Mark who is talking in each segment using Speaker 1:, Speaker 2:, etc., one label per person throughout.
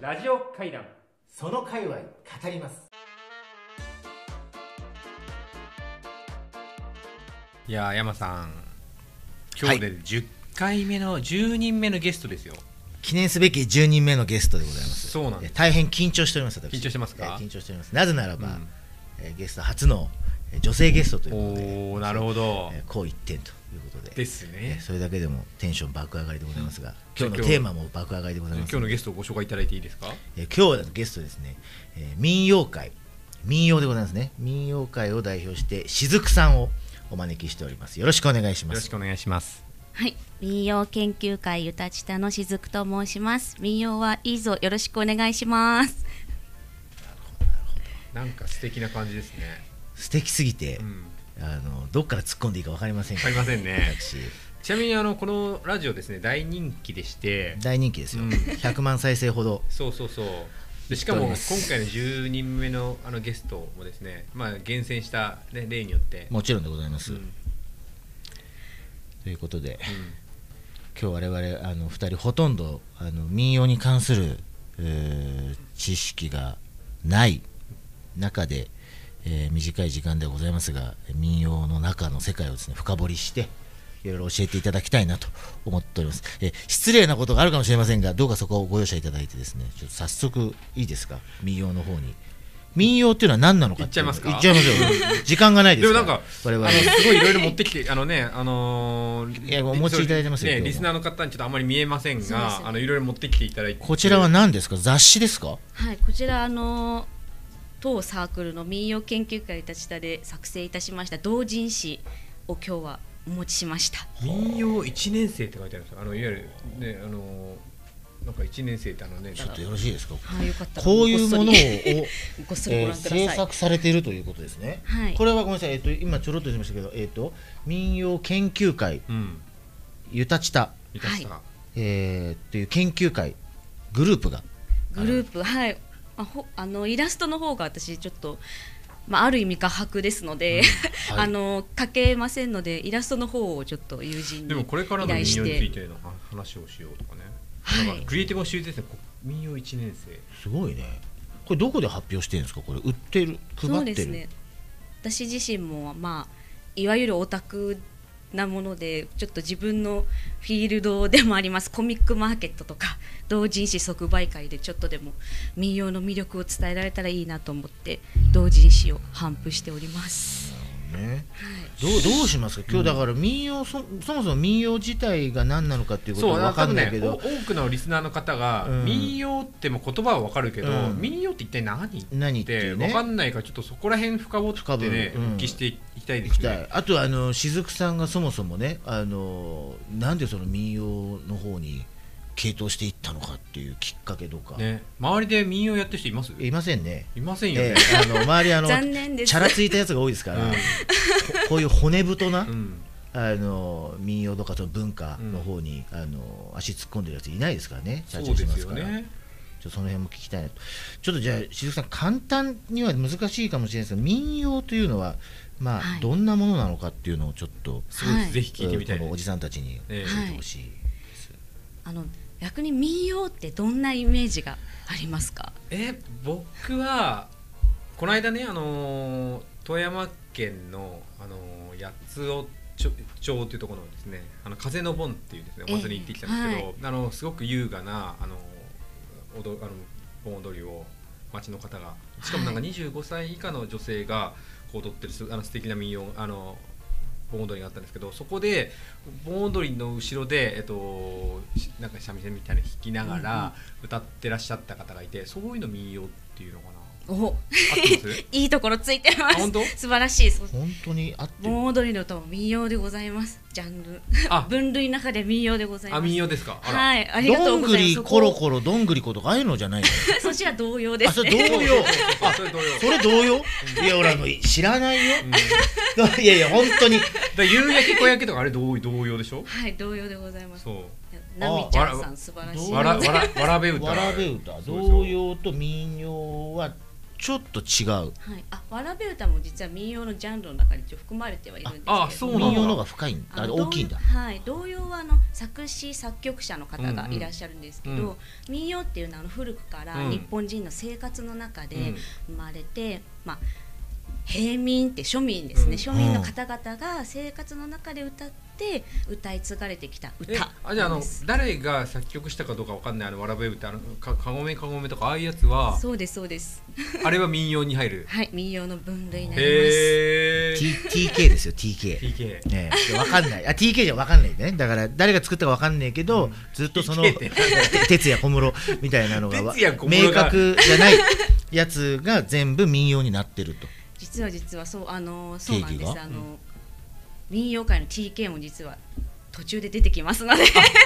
Speaker 1: ラジオ会談
Speaker 2: その界隈語ります
Speaker 3: いやー山さん今日で10回目の、10人目のゲストですよ
Speaker 2: 記念すべき10人目のゲストでございます
Speaker 3: そうなんです
Speaker 2: え大変緊張しております私
Speaker 3: 緊張してますか
Speaker 2: え緊張しておりますなぜならば、
Speaker 3: うん
Speaker 2: えーゲスト初のえー女性ゲストということで
Speaker 3: おおなるほど
Speaker 2: えーこう一点ということで
Speaker 3: です
Speaker 2: えー
Speaker 3: ね
Speaker 2: それだけでもテンション爆上がりでございますが、
Speaker 3: うん
Speaker 2: 今日のテーマも爆上がりでござい
Speaker 3: 今
Speaker 2: ます
Speaker 3: 日のゲストをご紹介いただいていいですか
Speaker 2: えー今日のゲストですね、えー民謡界民謡でございますね民謡界を代表して雫さんをお招きしておりますよろしくお願いし
Speaker 3: よ
Speaker 2: ま
Speaker 3: ろ
Speaker 2: す
Speaker 3: しくお願いします
Speaker 4: はい、民謡研究会ゆたちたのしずくと申します。民謡はいいぞ、よろしくお願いします。
Speaker 3: なんか素敵な感じですね
Speaker 2: 素敵すぎて、
Speaker 3: うん
Speaker 2: あのどっから突っ込んでいいか分かりません
Speaker 3: わかりませんね
Speaker 2: 私
Speaker 3: ちなみにあのこのラジオですね大人気でして
Speaker 2: 大人気ですよ、
Speaker 3: うん
Speaker 2: 100万再生ほど
Speaker 3: そうそうそうでしかも
Speaker 2: どう
Speaker 3: 今
Speaker 2: です
Speaker 3: 回の10人目のあのゲストもですね、まあ、厳選した、ね、例によって、
Speaker 2: もちろんでございます、
Speaker 3: うんうん
Speaker 2: ということで今日我々あの2人ほとんどあの民謡に関する、えー知識がない中で、えー短い時間ではございますが民謡の中の世界をですね深掘りしていろいろ教えていただきたいなと思っております、えー失礼なことがあるかもしれませんがどうかそこをご容赦いただいてですねちょっと早速いいですか民謡の方に民謡っていうのは何なのか
Speaker 3: いっちゃいますか
Speaker 2: いっちゃいますよ 時間がないで
Speaker 3: ですも
Speaker 2: か
Speaker 3: な
Speaker 2: ら
Speaker 3: んか、あ
Speaker 2: 我々
Speaker 3: のすごいいろいろ持ってきて、あのね、あのー
Speaker 2: いやお持ちいただいてますよ
Speaker 3: ね、
Speaker 2: 今日も
Speaker 3: リスナーの方にちょっとあまり見えません
Speaker 4: そうです
Speaker 3: が、あのいろいろ持ってきていただいて、
Speaker 2: こちらは何ですか雑誌ですか
Speaker 4: はい、こちらあの当サークルの民謡研究会ゆたちたで作成いたしました同人誌を今日はお持ちしました。
Speaker 3: 民謡一年生って書いてあるんですよ。あのいわゆるね、あのーなんか一年生ってあのね、
Speaker 2: ちょっとよろしいですか
Speaker 4: はい、 よかったら
Speaker 2: こういうものを、
Speaker 4: ごっそり
Speaker 2: えー
Speaker 4: ごっそりご覧ください。
Speaker 2: 制作されているということですね。
Speaker 4: はい
Speaker 2: これはごめんなさい、えっと今ちょろっと言いましたけど、えっと民謡研究会
Speaker 3: うん、
Speaker 2: ゆたちた、
Speaker 3: いたした。
Speaker 4: は
Speaker 2: えー、という研究会グループが、
Speaker 4: グループはいあほあのイラストの方が私ちょっと、まあ、ある意味画伯ですので、
Speaker 2: うんはい
Speaker 4: あの書けませんのでイラストの方をちょっと友人に
Speaker 3: でもこれからの
Speaker 4: 依頼
Speaker 3: 民
Speaker 4: し
Speaker 3: 謡につい
Speaker 4: て
Speaker 3: ての話をしようとかね。
Speaker 4: はい
Speaker 3: なんかクリエイティブを修正ですね。こ民謡一年生。
Speaker 2: すごいね。これどこで発表してるんですか。これ売ってる、
Speaker 4: そう
Speaker 2: 配っ
Speaker 4: で
Speaker 2: て
Speaker 4: す
Speaker 2: る。
Speaker 4: ね私自身もまあいわゆるオタクなものでちょっと自分のフィールドでもありますコミックマーケットとか同人誌即売会でちょっとでも民謡の魅力を伝えられたらいいなと思って同人誌を頒布しております。
Speaker 2: ねどうどうしますか。今日だから民謡、そそもそも民謡自体が何なのかっていうこと
Speaker 3: そう、
Speaker 2: は
Speaker 3: な
Speaker 2: わ
Speaker 3: んか多
Speaker 2: か
Speaker 3: 分
Speaker 2: んない
Speaker 3: ね
Speaker 2: け、
Speaker 3: お
Speaker 2: ど、
Speaker 3: 多くのリスナーの方が、
Speaker 2: うん
Speaker 3: 民謡っても言葉はわかるけど、
Speaker 2: うん
Speaker 3: 民謡って一体何
Speaker 2: 何
Speaker 3: っ
Speaker 2: ってい
Speaker 3: て
Speaker 2: う
Speaker 3: わ
Speaker 2: ね。
Speaker 3: かんないからちょっとそこら辺深掘ってね
Speaker 2: 深掘るうん
Speaker 3: 復帰していきたいで
Speaker 2: 行き
Speaker 3: す
Speaker 2: たい
Speaker 3: ね。
Speaker 2: あとはあの雫さんがそもそもねあのなんでその民謡の方に傾倒していったのかっていうきっかけとか、
Speaker 3: ね、周りで民謡やってる人います？
Speaker 2: いませんね。
Speaker 3: いませんよ
Speaker 2: え
Speaker 3: ね。
Speaker 2: えあの周りあのチ
Speaker 4: 残念です
Speaker 2: ャラついたやつが多いですから、ここういう骨太な、
Speaker 3: うん、うん、
Speaker 2: あの民謡とかその文化の方に、あの足突っ込んでるやついないですからね。
Speaker 3: そうですよ
Speaker 2: 社長してますから
Speaker 3: ね。
Speaker 2: ちょっとその辺も聞きたいなと。ちょっとじゃあ雫さん簡単には難しいかもしれないですが民謡というのはまあ、
Speaker 4: はい
Speaker 2: どんなものなのかっていうのをちょっと。
Speaker 3: すごいです
Speaker 4: はい
Speaker 3: ぜひ聞いてみたい
Speaker 2: こ
Speaker 3: で
Speaker 2: のお
Speaker 3: す。
Speaker 2: じさんたちに教え
Speaker 3: ええ
Speaker 2: てほしいです、
Speaker 4: あの逆に民謡ってどんなイメージがありますか。
Speaker 3: え、僕はこの間ね、あのー富山県のあのー八つ尾町町っていうところのですね、あの風の盆っていうですね、お祭りに行ってきたんですけど、あのすごく優雅なあの踊あの盆踊りを町の方が、しかもなんか
Speaker 4: は
Speaker 3: 25歳以下の女性がこう踊ってるすあの素敵な民謡あの盆踊りがあったんですけどそこで盆踊りの後ろで、えっと、しなんか三味線みたいなの弾きながら歌ってらっしゃった方がいて、そういうの民謡っていうのか な
Speaker 4: お、
Speaker 3: 合ってます
Speaker 4: いいところついてま
Speaker 3: あ本
Speaker 4: す
Speaker 3: 当。
Speaker 4: 素晴らしい。そう
Speaker 2: 本当にあってる
Speaker 4: 盆踊りの歌も民謡でございます。ジャンル
Speaker 3: あ
Speaker 4: 分類の中で民謡でございます。
Speaker 3: あ民謡ですかあら、
Speaker 4: はい、ありがと
Speaker 2: ど
Speaker 4: うんご
Speaker 2: ぐ
Speaker 4: ざいま
Speaker 2: り
Speaker 4: す。そこ
Speaker 2: コロコロどんぐりことかああいうのじゃないの
Speaker 4: そちら同様で
Speaker 2: あ
Speaker 4: す
Speaker 2: それ
Speaker 4: ね。
Speaker 3: そ
Speaker 2: 同
Speaker 3: うそう
Speaker 2: 様
Speaker 3: そうそれ同様
Speaker 2: それ同様いや俺あの知らないよ
Speaker 3: うんだか
Speaker 2: いやいや本当に
Speaker 3: ら夕焼け小焼けとかあれ同同様でしょ
Speaker 4: はい、同様でございます。
Speaker 3: そう
Speaker 4: なみちゃん
Speaker 3: あ
Speaker 4: さん素晴らしい。
Speaker 2: どう
Speaker 3: わらわらわらべ歌
Speaker 2: わらべ歌
Speaker 3: そうですよ
Speaker 2: 童謡と民謡はちょっと違う
Speaker 4: はい、あわらべ歌も実は民謡のジャンルの中に一応含まれてはいるんですけれど
Speaker 3: ああそうなんだ
Speaker 2: 民謡の方が深いん
Speaker 4: あ
Speaker 2: あ
Speaker 4: の
Speaker 2: 大きいんだ
Speaker 4: 童はい、童謡はあの作詞作曲者の方がいらっしゃるんですけど、
Speaker 3: うんうん
Speaker 4: 民謡っていうのはあの古くから
Speaker 3: うん
Speaker 4: 日本人の生活の中で
Speaker 3: うん
Speaker 4: 生まれて、まあ平民って庶民です
Speaker 3: う
Speaker 4: ね、
Speaker 3: ん
Speaker 4: 庶民の方々が生活の中で歌って歌い継がれてきた
Speaker 3: え
Speaker 4: 歌
Speaker 3: あじゃああ
Speaker 4: なん
Speaker 3: の
Speaker 4: です
Speaker 3: 誰が作曲したかどうかわかんないあのわらべ歌あのかかごめかごめとかああいうやつは
Speaker 4: そうですそうです
Speaker 3: あれは民謡に入る
Speaker 4: はい民謡の分類になります
Speaker 3: へえ
Speaker 2: T TK ですよ TK
Speaker 3: TK
Speaker 2: ねえ分かんないあ TK じゃ分かんないんだねだから誰が作ったか分かんないけど、ずっとその
Speaker 3: TK ってなんだ
Speaker 2: 哲也小室みたいなのがわ
Speaker 3: 哲也小室
Speaker 2: 明
Speaker 3: が
Speaker 2: 確じゃない やつが全部民謡になってると
Speaker 4: 実は実はそうあのそうなんで
Speaker 2: 定義
Speaker 4: す
Speaker 2: が
Speaker 4: あの、民謡界の TK も実は途中で出てきます ので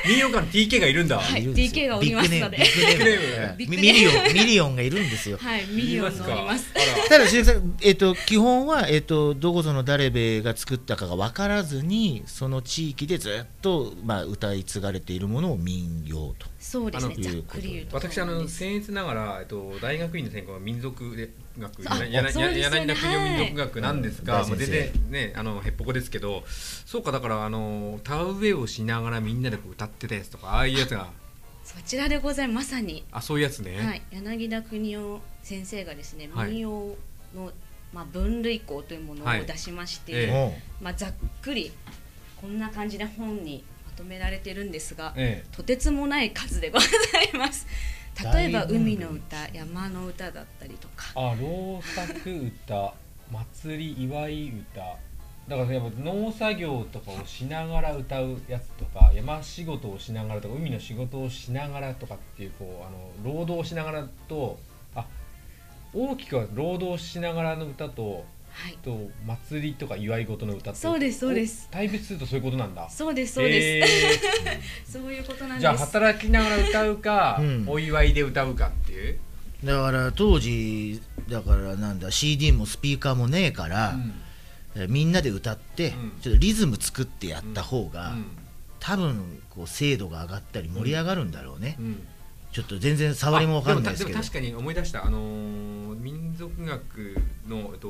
Speaker 3: 民謡館の TK がいるんだ
Speaker 4: はい
Speaker 2: るんですよ
Speaker 4: TK がおりますので
Speaker 2: ビッグネームビッグ
Speaker 4: ビッグ
Speaker 2: ネ
Speaker 4: ネーム
Speaker 2: ームミリオンミリオンがいるんですよ
Speaker 4: はい、ミリオンのおります。
Speaker 3: あ ら
Speaker 2: ただ鈴木さん、えっと基本は、えっとどこぞの誰べが作ったかが分からずにその地域でずっと、まあ、歌い継がれているものを民謡と。
Speaker 4: そうですね
Speaker 2: あの。
Speaker 4: ざっくり言うと。
Speaker 3: 私あの僭越ながら、えっと、大学院の専攻は民族学
Speaker 4: あ
Speaker 3: 柳柳
Speaker 4: そうですよね
Speaker 3: 柳田国民族学なんですが、
Speaker 2: はい
Speaker 3: もう
Speaker 2: 大
Speaker 3: 全
Speaker 2: 先生
Speaker 3: 然ねあのへっぽこですけどそうかだからあの田植えをしながらみんなでこう歌ってたやつとかああいうやつが
Speaker 4: そちらでございます。まさに、
Speaker 3: あそういうやつね、
Speaker 4: はい、柳田邦夫先生がですね、
Speaker 3: はい
Speaker 4: 民謡のまあ分類項というものを
Speaker 3: はい
Speaker 4: 出しまして、
Speaker 3: ええ
Speaker 2: おう
Speaker 4: まあざっくりこんな感じで本にまとめられてるんですが、
Speaker 3: え
Speaker 4: とてつもない数でございます。例えば
Speaker 2: 大分類
Speaker 4: 海の歌、山の歌だったりとか、
Speaker 3: あ老作歌祭り祝い歌だからやっぱ農作業とかをしながら歌うやつとか山仕事をしながらとか海の仕事をしながらとかっていうこうあの労働しながらとあ大きくは労働しながらの歌と
Speaker 4: はい、
Speaker 3: と祭りとか祝い事の歌と
Speaker 4: そうですそうです
Speaker 3: お対別するとそういうことなんだ
Speaker 4: そうですそうです。
Speaker 3: す、
Speaker 4: そういうことな
Speaker 3: えー、
Speaker 4: ん です。
Speaker 3: じゃあ働きながら歌うか、
Speaker 2: うん
Speaker 3: お祝いで歌うかっていう、
Speaker 2: だから当時だからなんだ CD もスピーカーもねえから、えみんなで歌って、
Speaker 3: うん
Speaker 2: ちょっとリズム作ってやった方
Speaker 3: う
Speaker 2: が、
Speaker 3: ん
Speaker 2: 多分こう精度が上がったり盛り上がるんだろうね、
Speaker 3: うん
Speaker 2: ちょっと全然触りも分かんないですけど
Speaker 3: あもたも確かに思い出したあのー民族学のえっと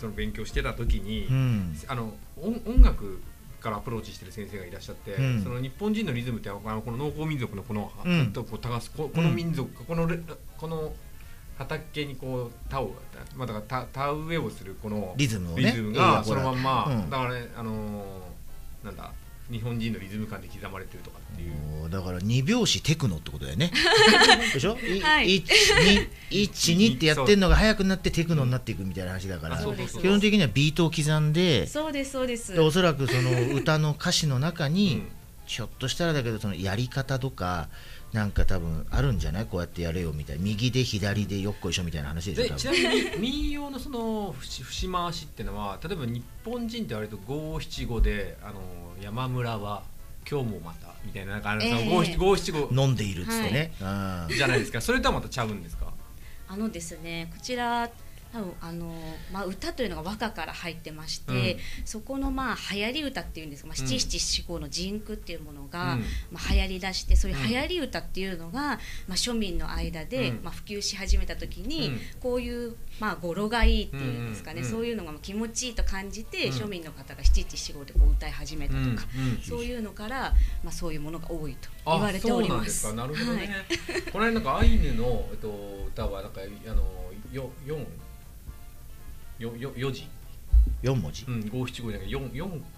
Speaker 3: その勉強してた時に、
Speaker 2: うん
Speaker 3: あの音音楽からアプローチしてる先生がいらっしゃって、
Speaker 2: うん
Speaker 3: その日本人のリズムってあのこの農耕民族のこの、
Speaker 2: うん
Speaker 3: とこう耕すここの民族、このレこの畑にこう田をまあだから田田植えをするこの
Speaker 2: リズムをね
Speaker 3: リズム
Speaker 2: い
Speaker 3: が
Speaker 2: やほ
Speaker 3: そ
Speaker 2: ら
Speaker 3: のまんま、
Speaker 2: うん
Speaker 3: だからねあのーなんだ日本人のリズム感で刻まれてるとかっていう。
Speaker 2: もうだから2拍子テクノってことだ よねでしょ
Speaker 4: はい
Speaker 2: 12ってやってんのが速くなってテクノになっていくみたいな話だから
Speaker 4: あそうです
Speaker 2: 基本的にはビートを刻んで
Speaker 4: そうですそうです。
Speaker 2: でおそらくその歌の歌詞の中
Speaker 3: う
Speaker 2: に
Speaker 3: ん
Speaker 2: ちょっとしたらだけどそのやり方とかなんか多分あるんじゃないこうやってやれよみたいな右で左でよっこいしょみたいな話
Speaker 3: で
Speaker 2: でしょ多
Speaker 3: ち
Speaker 2: 分
Speaker 3: なみに民謡のその節節回しってのは例えば日本人って割と五七五であの山村は今日もまたみたいななんかあの
Speaker 4: ええ
Speaker 3: 五七五七五
Speaker 2: 飲んでいるっつってね、うん
Speaker 3: じゃないですかそれとはまたちゃうんですか
Speaker 4: あのですねこちら多分あの、まあ、歌というのが和歌から入ってまして、そこのまあ流行り歌っていうんですか、まあ、
Speaker 3: うん
Speaker 4: 七七七五の人句っていうものが、
Speaker 3: うん
Speaker 4: まあ、流行りだしてそういう
Speaker 3: うん
Speaker 4: 流行り歌っていうのが、まあ、庶民の間で、
Speaker 3: うん
Speaker 4: まあ、普及し始めた時に、
Speaker 3: うん
Speaker 4: こういう、まあ、語呂がいいっていうんですか
Speaker 3: う
Speaker 4: ね、
Speaker 3: んうん
Speaker 4: そういうのが気持ちいいと感じて、
Speaker 3: うん
Speaker 4: 庶民の方が七七七五でこう歌い始めた
Speaker 3: う
Speaker 4: と
Speaker 3: ん
Speaker 4: か、
Speaker 3: うん
Speaker 4: そういうのから、まあ、そういうものが多いと
Speaker 3: あ
Speaker 4: 言われております。
Speaker 3: そうなんですかなるほどね
Speaker 4: はい、
Speaker 3: この間なんかアイヌの、えっと、歌はなんかあのよ四よよ四時
Speaker 2: 4文字
Speaker 3: うん五七五じゃなくて四四って言っ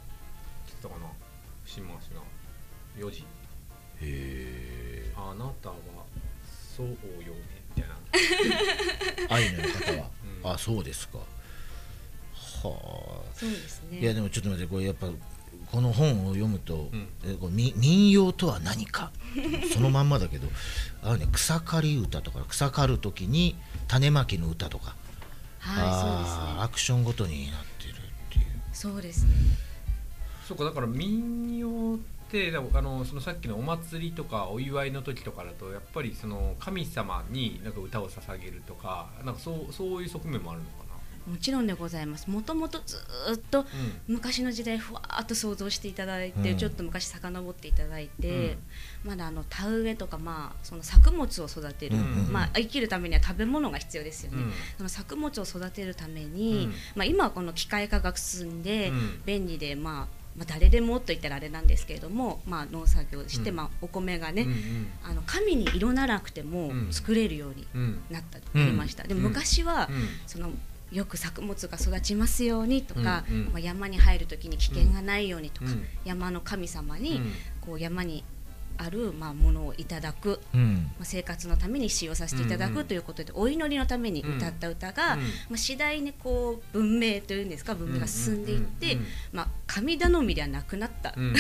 Speaker 3: たかな節回しが四時
Speaker 2: へ
Speaker 3: あなたはそうよねみたいな
Speaker 2: えアイヌの方
Speaker 3: う
Speaker 2: は、
Speaker 3: ん
Speaker 2: あそうですかはあ
Speaker 4: そうですね
Speaker 2: いやでもちょっと待ってこれやっぱこの本を読むと、
Speaker 3: うん
Speaker 2: えこうみ民謡とは何かそのまんまだけどあの、ね、草刈り歌とか草刈る時に種まきの歌とか、あー
Speaker 4: は
Speaker 2: アクションごとになってるっていう
Speaker 4: い、そうですね。そ
Speaker 3: そ
Speaker 4: うですね。
Speaker 3: うかだから民謡ってだからあのそのさっきのお祭りとかお祝いの時とかだとやっぱりその神様になんか歌を捧げるとかなんかそうそういう側面もあるのかな。
Speaker 4: もちろんでございますもともとずーっと
Speaker 3: うん
Speaker 4: 昔の時代ふわーっと想像していただいて、
Speaker 2: うん
Speaker 4: ちょっと昔遡っていただいて、まだあの田植えとか、まあ、その作物を育てる、
Speaker 2: うん
Speaker 3: うん
Speaker 4: まあ、生きるためには食べ物が必要ですよね、
Speaker 3: うん
Speaker 4: その作物を育てるために、
Speaker 3: うん
Speaker 4: まあ、今はこの機械化が進んで、
Speaker 3: うん
Speaker 4: 便利で、まあまあ、誰でもと言ったらあれなんですけれども、まあ、農作業して、
Speaker 3: うん
Speaker 4: まあ、お米がね、
Speaker 3: うんうん
Speaker 4: あの紙に色ならなくても
Speaker 3: うん
Speaker 4: 作れるように
Speaker 3: うん
Speaker 4: なった、
Speaker 2: うん
Speaker 4: なりましたでも
Speaker 3: うん
Speaker 4: 昔は、
Speaker 3: うん
Speaker 4: そのよく作物が育ちますようにとか、
Speaker 3: うんうん
Speaker 4: まあ、山に入る時に危険がないようにとか、
Speaker 3: うん
Speaker 4: 山の神様
Speaker 3: う
Speaker 4: に、
Speaker 3: ん
Speaker 4: こう山にある、まあ、ものをいただく、
Speaker 2: うん
Speaker 4: まあ、生活のために使用させていただ
Speaker 3: うんう
Speaker 4: く
Speaker 3: ん
Speaker 4: ということで、お祈りのために歌った歌が、
Speaker 3: うん
Speaker 4: まあ、次第にこう文明というんですか文明が進んでいって、
Speaker 3: うんうんうん
Speaker 4: まあ、神頼みではなくなった、
Speaker 3: うんうん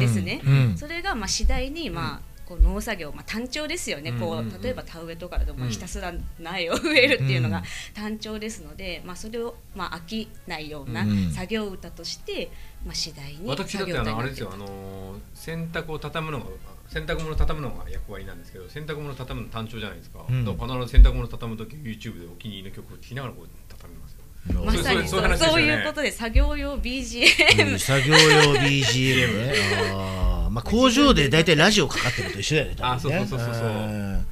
Speaker 4: ですね
Speaker 2: うん
Speaker 4: それがまあ次第にまあ、こう農作業、まあ、単調ですよね、
Speaker 3: う
Speaker 4: こ
Speaker 3: んうんうん
Speaker 4: う例えば田植えとかだとまあ
Speaker 3: うん
Speaker 4: ひたすら苗を植えるっていうの
Speaker 2: うん
Speaker 4: が単調ですので、まあ、それをまあ飽きないような
Speaker 2: うん
Speaker 4: 作業歌として、まあ、次第に
Speaker 3: 私だっ
Speaker 4: 作
Speaker 3: て
Speaker 4: 業
Speaker 3: あ
Speaker 4: 歌に
Speaker 3: のあ
Speaker 4: な
Speaker 3: れ
Speaker 4: っ
Speaker 3: です
Speaker 4: てい
Speaker 3: よ
Speaker 4: く
Speaker 3: あの洗濯を畳むのが洗濯物を畳むのが役割なんですけど洗濯物を畳むの単調じゃないですか、
Speaker 2: うん
Speaker 3: だから必ず洗濯物を畳む時 YouTube でお気に入りの曲を聴きながらこう畳みますよ
Speaker 2: うん
Speaker 4: まさに
Speaker 3: そ
Speaker 4: そう
Speaker 3: そういう
Speaker 4: う
Speaker 3: 話ですよね
Speaker 4: そういうことで作業用 BGM
Speaker 2: うん作業用 BGM ねあーまあ工場で大体ラジオかかってると一緒だよね多分ね
Speaker 3: あそうそうそうそうそうん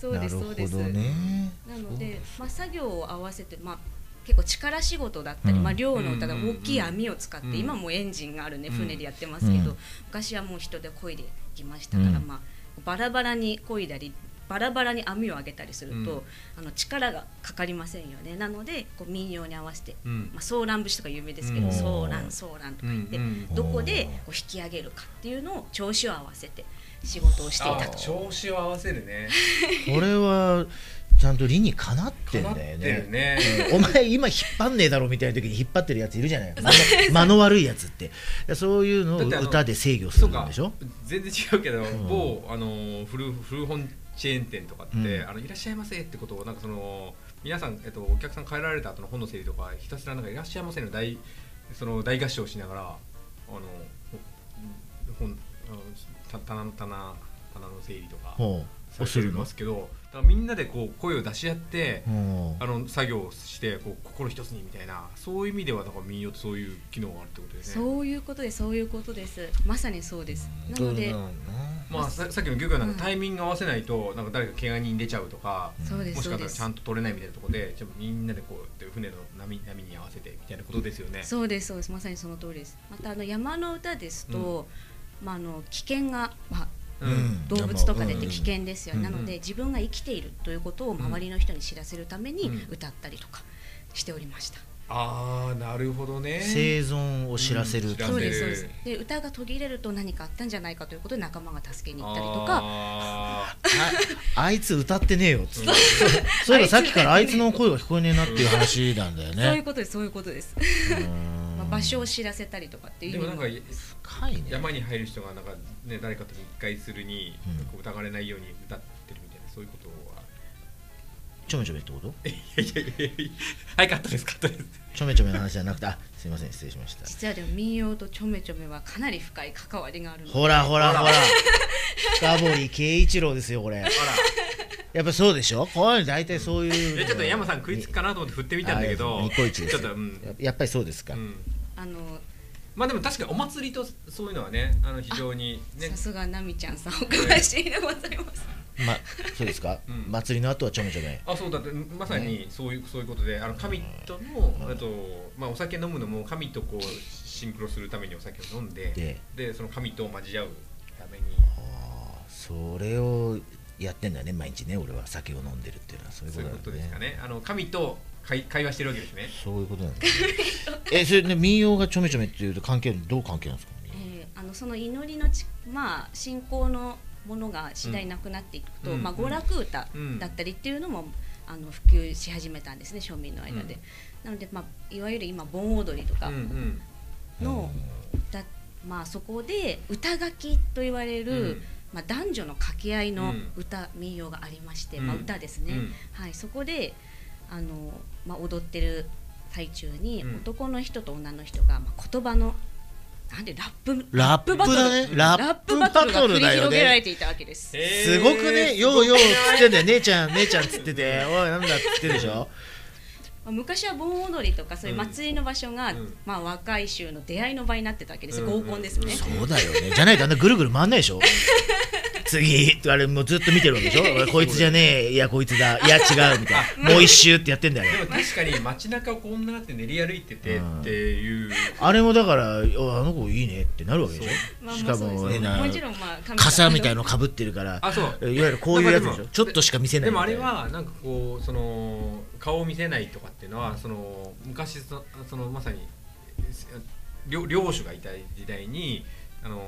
Speaker 4: そうですそうです
Speaker 2: なるほどね
Speaker 4: なので
Speaker 2: そう
Speaker 4: まあ、作業を合わせて、まあ、結構力仕事だったり、
Speaker 2: うん
Speaker 4: まあ、漁の歌だ
Speaker 3: うんうんうん
Speaker 4: 大きい網を使って、
Speaker 3: うん
Speaker 4: 今もうエンジンがあるね、
Speaker 3: うん
Speaker 4: 船でやってますけど、
Speaker 2: うん
Speaker 4: 昔はもう人で漕いできましたから、
Speaker 2: うん
Speaker 4: まあ、バラバラに漕いだりバラバラに網を上げたりすると、
Speaker 3: うん
Speaker 4: あの力がかかりませんよねなのでこう民謡に合わせて、
Speaker 3: うん
Speaker 4: まあ、ソーラン節とか有名ですけど、
Speaker 2: うん
Speaker 4: ソーランソーランとか言って、
Speaker 3: うんうん
Speaker 4: どこでこう引き上げるかっていうのを調子を合わせて仕事をしていた
Speaker 3: あ
Speaker 4: と。
Speaker 3: 調子を合わせるね
Speaker 2: これはちゃんと理にかなってん
Speaker 3: 構っ
Speaker 2: だ
Speaker 3: て
Speaker 2: よ
Speaker 3: る
Speaker 2: ね
Speaker 3: ね
Speaker 2: うんお前今引っ張んねえだろみたいな時に引っ張ってるやついるじゃない間の間の悪いやつってそういうのを
Speaker 3: だってあの
Speaker 2: 歌で制御す
Speaker 3: そ
Speaker 2: る
Speaker 3: うんか
Speaker 2: でしょ
Speaker 3: 全然違うけど、
Speaker 2: ん
Speaker 3: 某あの古古本チェーン店とかって、
Speaker 2: うん
Speaker 3: あのいらっしゃいませってことをなんかその皆さん、えっと、お客さん帰られた後の本の整理とかひたすらなんかいらっしゃいませの大その大合唱しながらあの本あのた棚の棚棚の整理とか
Speaker 2: ほう
Speaker 3: さ
Speaker 2: お
Speaker 3: れて
Speaker 2: するの
Speaker 3: ますけどだからみんなでこう声を出し合って、
Speaker 2: ほう
Speaker 3: あの作業をしてこう心一つにみたいなそういう意味ではだから民謡ってそういう機能があるってことですね。
Speaker 4: そういうことですそういうことですまさにそうですなので
Speaker 2: どうなんだ
Speaker 3: まあ、ささっきの漁業なん
Speaker 4: うん
Speaker 3: かタイミング合わせないと、なんか誰か怪我人出ちゃうとか、
Speaker 4: そうで
Speaker 3: も
Speaker 4: す
Speaker 3: しか
Speaker 4: そ
Speaker 3: した
Speaker 4: うで
Speaker 3: ら
Speaker 4: す
Speaker 3: ちゃんと取れないみたいなところでじゃあみんなでこうやって船の波波に合わせてみたいなことですよね。
Speaker 4: そうですそうですまさにその通りですまたあの山の歌ですと、まああの危険が、まあ、
Speaker 3: うん
Speaker 2: うん
Speaker 4: 動物とか出て危険ですよ、
Speaker 3: うん
Speaker 4: なの
Speaker 3: う
Speaker 4: で
Speaker 3: ん
Speaker 4: 自分が生きているということを周りの人に知らせるために
Speaker 3: うん
Speaker 4: 歌ったりとかしておりました、
Speaker 3: ああなるほどね。
Speaker 2: 生存を知らせる
Speaker 3: うん
Speaker 4: そう
Speaker 3: 知らせ
Speaker 4: で
Speaker 3: る
Speaker 4: すそうですで歌が途切れると何かあったんじゃないかということで仲間が助けに行ったりとか
Speaker 3: か。
Speaker 2: ああいつ歌ってねえよっつって
Speaker 3: うん
Speaker 2: そういえばさっきからあいつの声が聞こえねえなっていう話なんだよ
Speaker 4: そういう
Speaker 2: ね
Speaker 4: ことですそういうことです、
Speaker 2: うん
Speaker 4: まあ、場所を知らせたりとかっていう
Speaker 3: で
Speaker 4: 意
Speaker 3: も
Speaker 4: 味
Speaker 3: なん
Speaker 4: も
Speaker 3: か
Speaker 2: 深いね
Speaker 3: 山に入る人がなんかね誰かと密会するに、こう疑われないように歌ってるみたいなそういうことは。
Speaker 2: ちょめちょめってこと
Speaker 3: いやいやいやいや。はいカットですカット です。
Speaker 2: ちょめちょめの話じゃなくてあすいません失礼しました
Speaker 4: 実はでも民謡とちょめちょめはかなり深い関わりがあるので
Speaker 2: ほらほ らほら深堀圭一郎ですよこれ
Speaker 3: あら。
Speaker 2: やっぱそうでしょこういうの大体そうい
Speaker 3: い
Speaker 2: うの
Speaker 3: やちょっと山さん食いつくかなと思って振ってみたんだけ
Speaker 2: あ
Speaker 3: ど。
Speaker 2: ニコイチです
Speaker 3: ちょっとうん。
Speaker 2: ややっぱりそうですか、
Speaker 3: うん
Speaker 4: あの
Speaker 3: まあでも確かにお祭りとそういうのはねあの非常にね
Speaker 4: さすが奈美ちゃんさんお詳しいでございます。
Speaker 2: まそうですか、
Speaker 3: うん
Speaker 2: 祭りの後はちょめちょめ
Speaker 3: あそうだってまさにそういう、そういうことであの神との、あとまあお酒飲むのも神とこうシンクロするためにお酒を飲んでで
Speaker 2: で
Speaker 3: その神と交わうために
Speaker 2: あーそれをやってんだね毎日ね俺は酒を飲んでるっていうのはそういうこ
Speaker 3: そう
Speaker 2: と
Speaker 3: いうこと
Speaker 2: だよね
Speaker 3: ですかねあの神と会会話してるわけですね
Speaker 2: そういうことなんですねえそれで民謡がちょめちょめっていうと関係あるどう関係なんですか
Speaker 4: えーあのその祈りのちまあ信仰のものが次第なくなっていくと、
Speaker 3: うん
Speaker 4: まあ
Speaker 3: うん
Speaker 4: 娯楽歌だったりっていうのも、あの普及し始めたんですね庶民の間で。なのでまあいわゆる今盆踊りと
Speaker 3: うん
Speaker 4: か
Speaker 3: うん
Speaker 4: の歌、まあそこで歌書きと言われる、
Speaker 3: うん
Speaker 4: まあ男女の掛け合いの
Speaker 3: うん
Speaker 4: 歌、民謡がありまして、
Speaker 3: うん
Speaker 4: まあ歌ですね。
Speaker 3: うん
Speaker 4: はい、そこであの、まあ、踊ってる最中に、
Speaker 3: うん
Speaker 4: 男の人と女の人が、まあ、言葉のなんでラップ
Speaker 2: ラップ
Speaker 4: バトル
Speaker 2: だねラ
Speaker 4: ラ
Speaker 2: ッ
Speaker 4: ッ
Speaker 2: プ
Speaker 4: プ
Speaker 2: バ
Speaker 4: バ
Speaker 2: ト
Speaker 4: ト
Speaker 2: ル
Speaker 4: ル
Speaker 2: だよ
Speaker 4: が
Speaker 2: ね
Speaker 4: 繰り広げられていたわけです。
Speaker 3: へー
Speaker 2: すごくね、
Speaker 3: す
Speaker 2: よ
Speaker 3: ご
Speaker 2: う
Speaker 3: い
Speaker 2: ようっつってんだよ、姉ちゃん、姉ちゃんっつってて、おい、なんだっつってるでしょ。
Speaker 4: まあ昔は盆踊りとかそういう祭りの場所が、
Speaker 3: うん
Speaker 4: まあ、若い衆の出会いの場になってたわけですよ、
Speaker 3: うんうん
Speaker 4: 合コンですね、
Speaker 2: そうだよねじゃないとあんなぐるぐる回んないでしょ次ってあれもうずっと見てるわけでしょ俺こいつじゃねえいやこいつだいや違うみたいなもう一周ってやってんだよね
Speaker 3: でも確かに街中をこんなって練り歩いててっていう
Speaker 2: あれもだからああの子いいねってなるわけでし
Speaker 4: ま
Speaker 2: ょ
Speaker 4: あ、
Speaker 2: し
Speaker 4: ま
Speaker 2: か
Speaker 4: あそうです
Speaker 2: も
Speaker 4: ね
Speaker 2: 変な
Speaker 4: もちろんまあ神様
Speaker 2: 傘みたいのかぶってるから
Speaker 3: あそう
Speaker 2: いわゆるこういうやつで
Speaker 3: なん
Speaker 2: し
Speaker 3: か
Speaker 2: ょ
Speaker 3: も
Speaker 2: ちょっとしか見せな
Speaker 3: で
Speaker 2: いみ
Speaker 3: も
Speaker 2: た
Speaker 3: あ
Speaker 2: いな
Speaker 3: れはなんかこうその顔を見せないとかっていうのはその昔そそのまさに領領主がいた時代にあの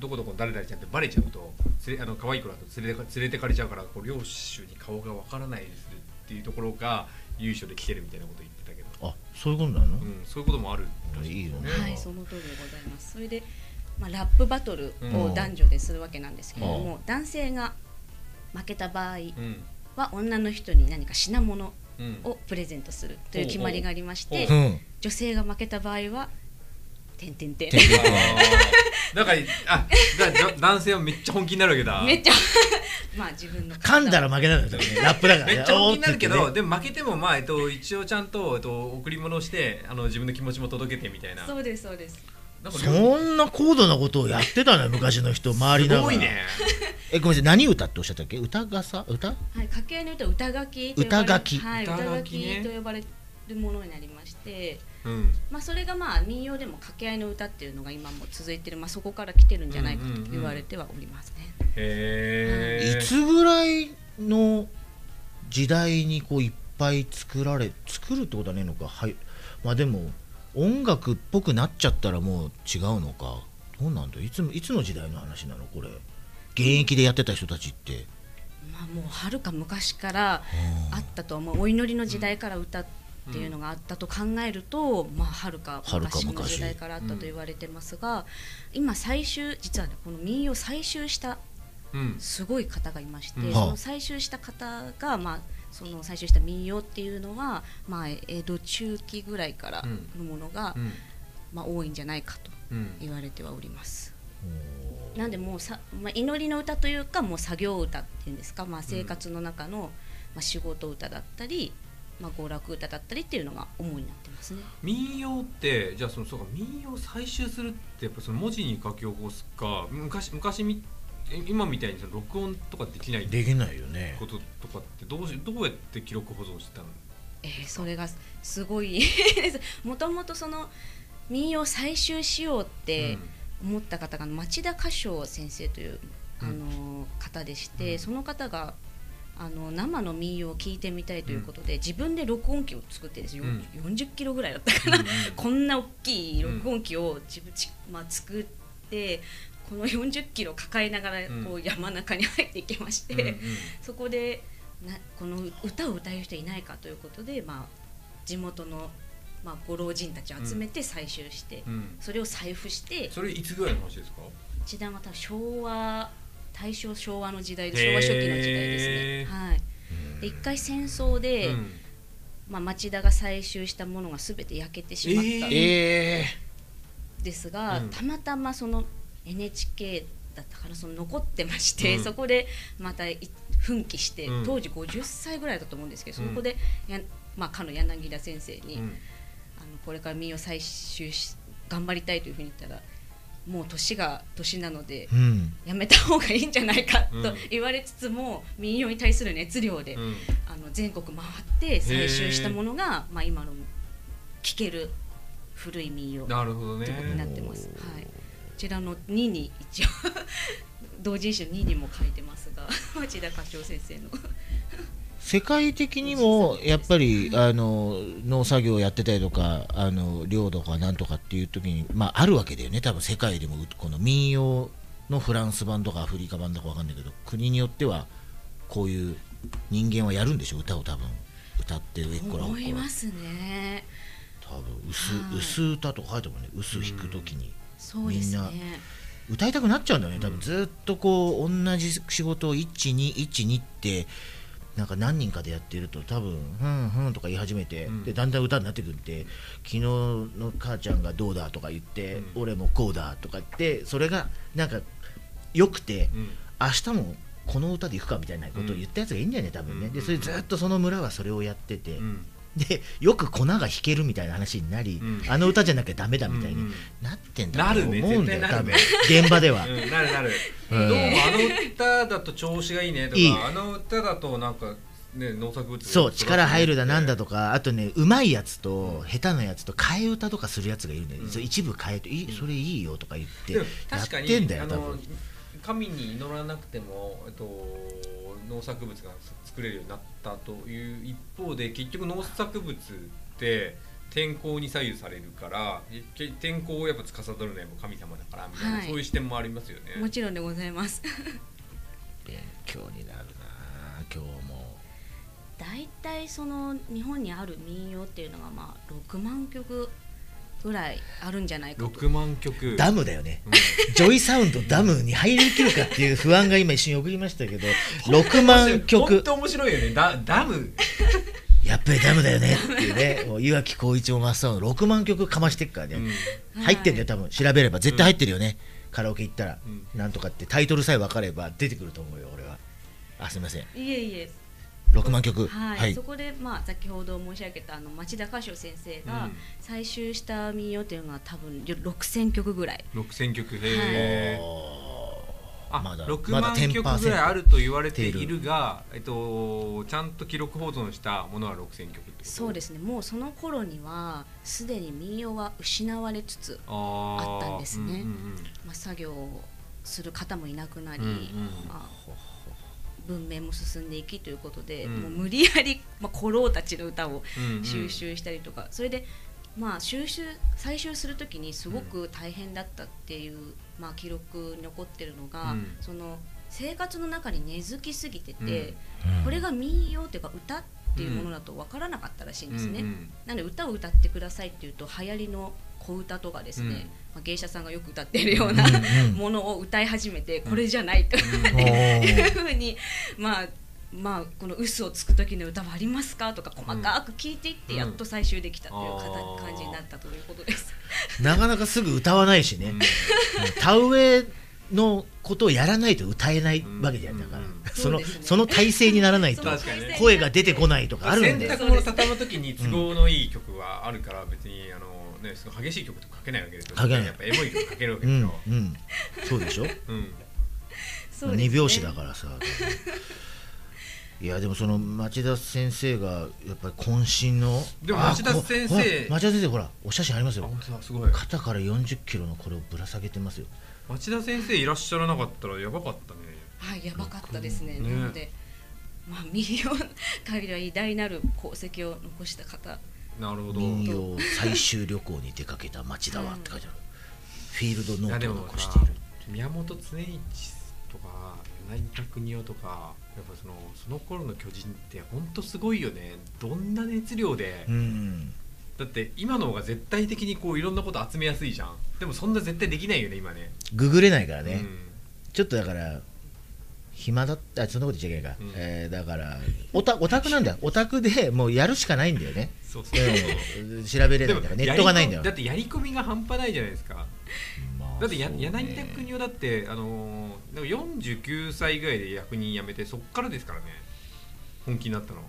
Speaker 3: どこどこ誰々ちゃんってバレちゃうとつれあの可愛い子だと連れてか連れてかれちゃうからこう領主に顔がわからないですっていうところが由緒で来てるみたいなこと言ってたけど、
Speaker 2: あそういうことなの、
Speaker 3: うん、そういうこともあるらしいです
Speaker 2: いいよね
Speaker 4: はい、その通りでございます。それで、まあ、ラップバトル
Speaker 2: う
Speaker 4: を
Speaker 2: ん
Speaker 4: 男女でするわけなんですけれども、
Speaker 2: う
Speaker 4: 男性が負けた場合
Speaker 3: うん
Speaker 4: は女の人に何か品物
Speaker 3: うん
Speaker 4: をプレゼントするという決まりがありまし
Speaker 3: ほう
Speaker 4: て、
Speaker 3: ほ
Speaker 2: うん
Speaker 4: 女性が負けた場合は「てんてんてん
Speaker 2: て」んてんてん
Speaker 3: だからあだから男性はめっちゃ本気になるわけだ
Speaker 4: めっちゃまあ自分の
Speaker 2: 噛んだら負けなんだよねラップだからね
Speaker 3: めっちゃ本気になるけ
Speaker 2: お
Speaker 3: ど、
Speaker 2: ーって
Speaker 3: でも負けてもまあ、えっと、一応ちゃんと、えっと、贈り物をしてあの自分の気持ちも届けてみたいな
Speaker 4: そうですそうです
Speaker 3: なんか
Speaker 2: 言ってねそんな高度なことをやってたね昔の人周りな
Speaker 3: す
Speaker 2: がら
Speaker 3: ごいね
Speaker 2: えごめんなさい何歌っておっしゃったっけ歌傘歌
Speaker 4: はい、家計の歌歌書きと呼ばれ
Speaker 2: 歌書き
Speaker 4: はい、
Speaker 3: 歌
Speaker 4: 歌
Speaker 3: 書
Speaker 4: 書
Speaker 3: きね
Speaker 4: きと呼ばれるものになりまして、
Speaker 3: うん
Speaker 4: まあ、それがまあ民謡でも掛け合いの歌っていうのが今も続いてる、まあ、そこから来てるんじゃないかと言われてはおりますね。
Speaker 3: へ
Speaker 2: い
Speaker 3: え
Speaker 2: つぐらいの時代にこういっぱい作られ作るってことはねえのかはいまあでも音楽っぽくなっちゃったらもう違うのかどうなんだいつもいつの時代の話なのこれ現役でやってた人たちって
Speaker 4: まあ、もうはるか昔から
Speaker 2: うん
Speaker 4: あったとは思うお祈りの時代から歌っていうのがあったと考えると、まあ、はるか
Speaker 2: はるか昔
Speaker 4: 昔の時代からあったと言われてますが、今最終実はねこの民謡を採集した
Speaker 3: うん
Speaker 4: すごい方がいまして、
Speaker 3: うん
Speaker 4: その採集した方が、まあ、その採集した民謡っていうのは、まあ、江戸中期ぐらいからのものが、
Speaker 3: うん
Speaker 4: まあ、多いんじゃないかと
Speaker 3: うん
Speaker 4: 言われてはおります。
Speaker 2: おー
Speaker 4: なんでもうさ、まあ、祈りの歌というかもう作業歌っていうんですか、まあ、生活の中の、まあ、仕事歌だったり、まあ、娯楽歌だったりっていうのが主になってますね。
Speaker 3: 民謡ってじゃあそのそうか民謡を採集するってやっぱその文字に書き起こすか昔昔み今みたいにその録音とかできない
Speaker 2: できないよね
Speaker 3: こととかってどうしどうやって記録保存してたの
Speaker 4: えーそれがすごい ですもともとその民謡を採集しようって、思った方が町田歌唱先生という、
Speaker 3: う
Speaker 4: あ
Speaker 3: ん
Speaker 4: の方でし
Speaker 3: う
Speaker 4: て、
Speaker 3: ん
Speaker 4: その方があの生の民謡を聞いてみたいということで、自分で録音機を作ってですよ、
Speaker 3: うん
Speaker 4: 40キロぐらいだったか
Speaker 3: うん
Speaker 4: な、
Speaker 3: うん
Speaker 4: こんな大きい録音機を自分ち、まあ、作ってこの40キロ抱えながら
Speaker 3: うん
Speaker 4: こう山中に入っていきまして、
Speaker 3: うんうん
Speaker 4: そこでなこの歌を歌える人いないかということで、まあ、地元の、まあ、ご老人たちを集めて採集して、
Speaker 3: うん
Speaker 4: それを採布して
Speaker 3: それいつぐらいの話ですか
Speaker 4: 一段は多分昭和大正昭和の時代で
Speaker 3: へー
Speaker 4: 昭和初期の時代ですね。はいで一回戦争で、
Speaker 3: うん
Speaker 4: まあ、町田が採集したものが全て焼けてしまったん
Speaker 2: え
Speaker 4: ですが、
Speaker 3: うん
Speaker 4: たまたまその NHK だったからその残ってまして、
Speaker 3: うん
Speaker 4: そこでまたい奮起して、
Speaker 3: うん
Speaker 4: 当時50歳ぐらいだと思うんですけどそこでや、まあ、かの柳田先生に、
Speaker 3: うん
Speaker 4: あのこれから民謡採集し頑張りたいというふうに言ったらもう年が年なので。
Speaker 2: ーうん
Speaker 4: やめた方がいいんじゃないか
Speaker 3: うん
Speaker 4: と言われつつも、民謡に対する熱量で、
Speaker 3: うん
Speaker 4: あの全国回って採集したものが、まあ、今の聴ける古い民謡
Speaker 3: なるほどね
Speaker 4: ということになってます、はい、こちらの2に一応 同人誌の2にも書いてますが 町田課長先生の
Speaker 2: 世界的にもやっぱりあの農作業をやってたりとかあの領土がなんとかっていう時に、まあ、あるわけだよね多分世界でもこの民謡のフランス版とかアフリカ版とかわかんないけど国によってはこういう人間はやるんでしょ歌を多分歌って上っこらほっこ
Speaker 4: 思い
Speaker 2: ら
Speaker 4: ますね
Speaker 2: 多分薄,、
Speaker 4: はい
Speaker 2: 薄歌とか書いてもね薄弾く時に
Speaker 4: そうですね
Speaker 2: みん歌いたくなっちゃうんだよね多分ずっとこう同じ仕事を1212ってなんか何人かでやってると多分「ふんふん」とか言い始めて、
Speaker 3: うん
Speaker 2: でだんだん歌になってくるんで昨日の母ちゃんがどうだとか言って、
Speaker 3: うん
Speaker 2: 俺もこうだとか言ってそれがなんか良くて、
Speaker 3: うん
Speaker 2: 明日もこの歌で行くかみたいなことを言ったやつがいいんだよね多分ね、
Speaker 3: うん
Speaker 2: でそれずっとその村はそれをやってて、
Speaker 3: うん
Speaker 2: でよく粉が弾けるみたいな話になり、
Speaker 3: うん
Speaker 2: あの歌じゃなきゃダメだみたいに、
Speaker 3: うんうん
Speaker 2: なってんだ
Speaker 3: な
Speaker 2: と
Speaker 3: るね
Speaker 2: 思うんだよ、
Speaker 3: 絶対な
Speaker 2: 多
Speaker 3: るね
Speaker 2: 分現場では、
Speaker 3: うんなるなる、
Speaker 2: うん
Speaker 3: どうもあの歌だと調子がいいねとか
Speaker 2: いい
Speaker 3: あの歌だとなんかね農作物
Speaker 2: そう力入るだなんだ
Speaker 3: と
Speaker 2: とかあとねうまいやつと下手なやつと替え歌とかするやつがいるんだよ、
Speaker 3: うん
Speaker 2: それ一部変えていいそれいいよとか言って
Speaker 3: で
Speaker 2: や
Speaker 3: も確か
Speaker 2: ってんだ
Speaker 3: に
Speaker 2: よ
Speaker 3: あ
Speaker 2: 多
Speaker 3: の
Speaker 2: 分
Speaker 3: 神に祈らなくても、えっと、農作物が作れるようになったという一方で結局農作物って天候に左右されるからけ天候をやっぱ司るのは神様だからみたいな、
Speaker 4: はい
Speaker 3: そういう視点もありますよ
Speaker 4: も
Speaker 3: ね。
Speaker 4: ちろんでございます。
Speaker 2: 勉強になるな今日も
Speaker 4: 大体その日本にある民謡っていうのがまあ6万曲ぐらいあるんじゃないかと
Speaker 3: 6万曲
Speaker 2: ダムだよね
Speaker 3: うん
Speaker 2: ジョイサウンドダムに入りきるかっていう不安が今一瞬送りましたけど6万
Speaker 3: 本
Speaker 2: 曲
Speaker 3: 当面白いよねダダム
Speaker 2: やっぱりダムだよねっていう ねもう岩城浩一も真っ青の6万曲かましてっからね、
Speaker 4: うん
Speaker 2: 入ってんだよ多分調べれば絶対入ってるよね、カラオケ行ったら、
Speaker 3: うん
Speaker 2: なんとかってタイトルさえ分かれば出てくると思うよ俺はあすみません
Speaker 4: いえいえ
Speaker 2: 6万曲
Speaker 4: はい、そこで、まあ、先ほど申し上げたあの町田歌唱先生
Speaker 3: う
Speaker 4: が
Speaker 3: ん
Speaker 4: 採集した民謡というのは多分よ6000曲ぐらい
Speaker 3: 6000曲へ
Speaker 2: お
Speaker 3: えあ
Speaker 2: まだ
Speaker 3: 6
Speaker 2: まだ
Speaker 3: 万曲ぐらいあると言われているが、えっと、ちゃんと記録保存したものは6000曲ってこと
Speaker 4: そうですすねもうその頃にはすでに民謡は失われつつ、
Speaker 3: あー
Speaker 4: あったんですね
Speaker 3: うんうんうん
Speaker 4: まあ、作業をする方もいなくなり、
Speaker 3: うんうん
Speaker 4: まあ、文明も進んでいきということで、
Speaker 3: うん
Speaker 4: もう無理やり、まあ、古老たちの歌を
Speaker 3: うんうん
Speaker 4: 収集したりとか、それで、まあ、収集採集する時にすごく大変だったっていう、まあ、記録に残ってるのが、
Speaker 3: うん
Speaker 4: その生活の中に根付きすぎてて、
Speaker 2: うん
Speaker 4: これが民謡というか歌っていうものだと分からなかったらしいんですね。
Speaker 3: うんうん
Speaker 4: なので歌を歌ってくださいっていうと流行りの小歌とかですね、
Speaker 3: うん
Speaker 4: まあ、芸者さんがよく歌ってるような
Speaker 2: うんうん
Speaker 4: ものを歌い始めて、これじゃないと
Speaker 2: お
Speaker 4: い
Speaker 2: ー
Speaker 4: うふうにまあまあこの「嘘をつく時の歌はありますか?」とか細かく聞いていって
Speaker 3: うん
Speaker 4: やっと採集できたという形
Speaker 3: あー
Speaker 4: 感じになったということです。
Speaker 2: なかなかすぐ歌わないしね、田植えのことをやらないと歌えないわけじゃんだから、
Speaker 3: うんうん
Speaker 2: その
Speaker 4: そうですね
Speaker 2: その体制にならないと
Speaker 4: その
Speaker 3: 確かにね
Speaker 4: 体制
Speaker 2: 声が出てこないとかあるん
Speaker 3: 洗
Speaker 2: だよ
Speaker 3: 濯物畳む時に都合のいい曲はあるから別にあの、ね、すごい激しい曲とか書けないわけですよ
Speaker 2: 書けない
Speaker 3: やっぱエモい曲書けるわけ
Speaker 2: う
Speaker 3: で
Speaker 2: ん
Speaker 3: し
Speaker 2: う
Speaker 3: ょ、
Speaker 2: んそうでしょ
Speaker 3: うん
Speaker 4: そうですね
Speaker 2: 二拍子だからさいやでもその町田先生がやっぱり渾身の
Speaker 3: でも
Speaker 2: あ
Speaker 3: 町田先生
Speaker 2: こほら町田先生ほらお写真あります
Speaker 3: あ
Speaker 2: よ
Speaker 3: 本当だすごい
Speaker 2: 肩から4 0キロのこれをぶら下げてますよ
Speaker 3: 町田先生いらっしゃらなかったらやばかったね
Speaker 4: はい、やばかったですね。
Speaker 3: ね
Speaker 4: なので、まあ、 民謡界では偉大なる功績を残した方。
Speaker 3: なるほど
Speaker 2: 民謡最終旅行に出かけた町田はって書いてある、フィールド
Speaker 3: い
Speaker 2: ノ
Speaker 3: や
Speaker 2: ー
Speaker 3: で
Speaker 2: トを
Speaker 3: も
Speaker 2: 残し
Speaker 3: さ
Speaker 2: ている
Speaker 3: 宮本常一とか柳田国男とかやっぱそのその頃の巨人って本当すごいよねどんな熱量で、
Speaker 2: うん
Speaker 3: だって今の方が絶対的にこういろんなこと集めやすいじゃんでもそんな絶対できないよね今ね
Speaker 2: ググれないからね、
Speaker 3: うん
Speaker 2: ちょっとだから暇だったあそんなこと言っちゃいけないか、
Speaker 3: うん
Speaker 2: えーだからオタオタクなんだよオタクでもうやるしかないんだよね
Speaker 3: そうそうそう
Speaker 2: うん調べれないんだからネットがないんだよ
Speaker 3: だってやり込みが半端ないじゃないですか
Speaker 2: まあ
Speaker 3: だってや、
Speaker 2: そうね
Speaker 3: 柳田国男だって、あのー、なんか49歳ぐらいで役人辞めてそっからですからね本気になったの、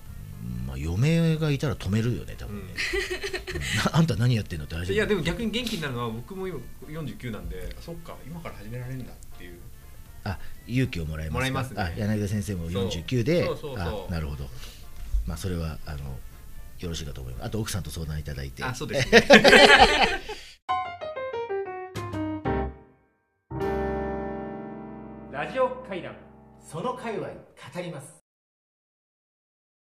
Speaker 2: まあ嫁がいたら止めるよね多
Speaker 3: う
Speaker 2: 分
Speaker 3: ん、
Speaker 2: ねな あんた何やってんのって話
Speaker 3: いやでも逆に元気になるのは僕も今49なんでそっか今から始められるんだっていう
Speaker 2: あ勇気をもらいますか
Speaker 3: もらいますね
Speaker 2: あ柳田先生も49で
Speaker 3: そうそうそうそう
Speaker 2: あなるほどまあそれはあのよろしいかと思いますあと奥さんと相談いただいて
Speaker 3: あそうです、ね、ラジオ会談
Speaker 2: その界隈語ります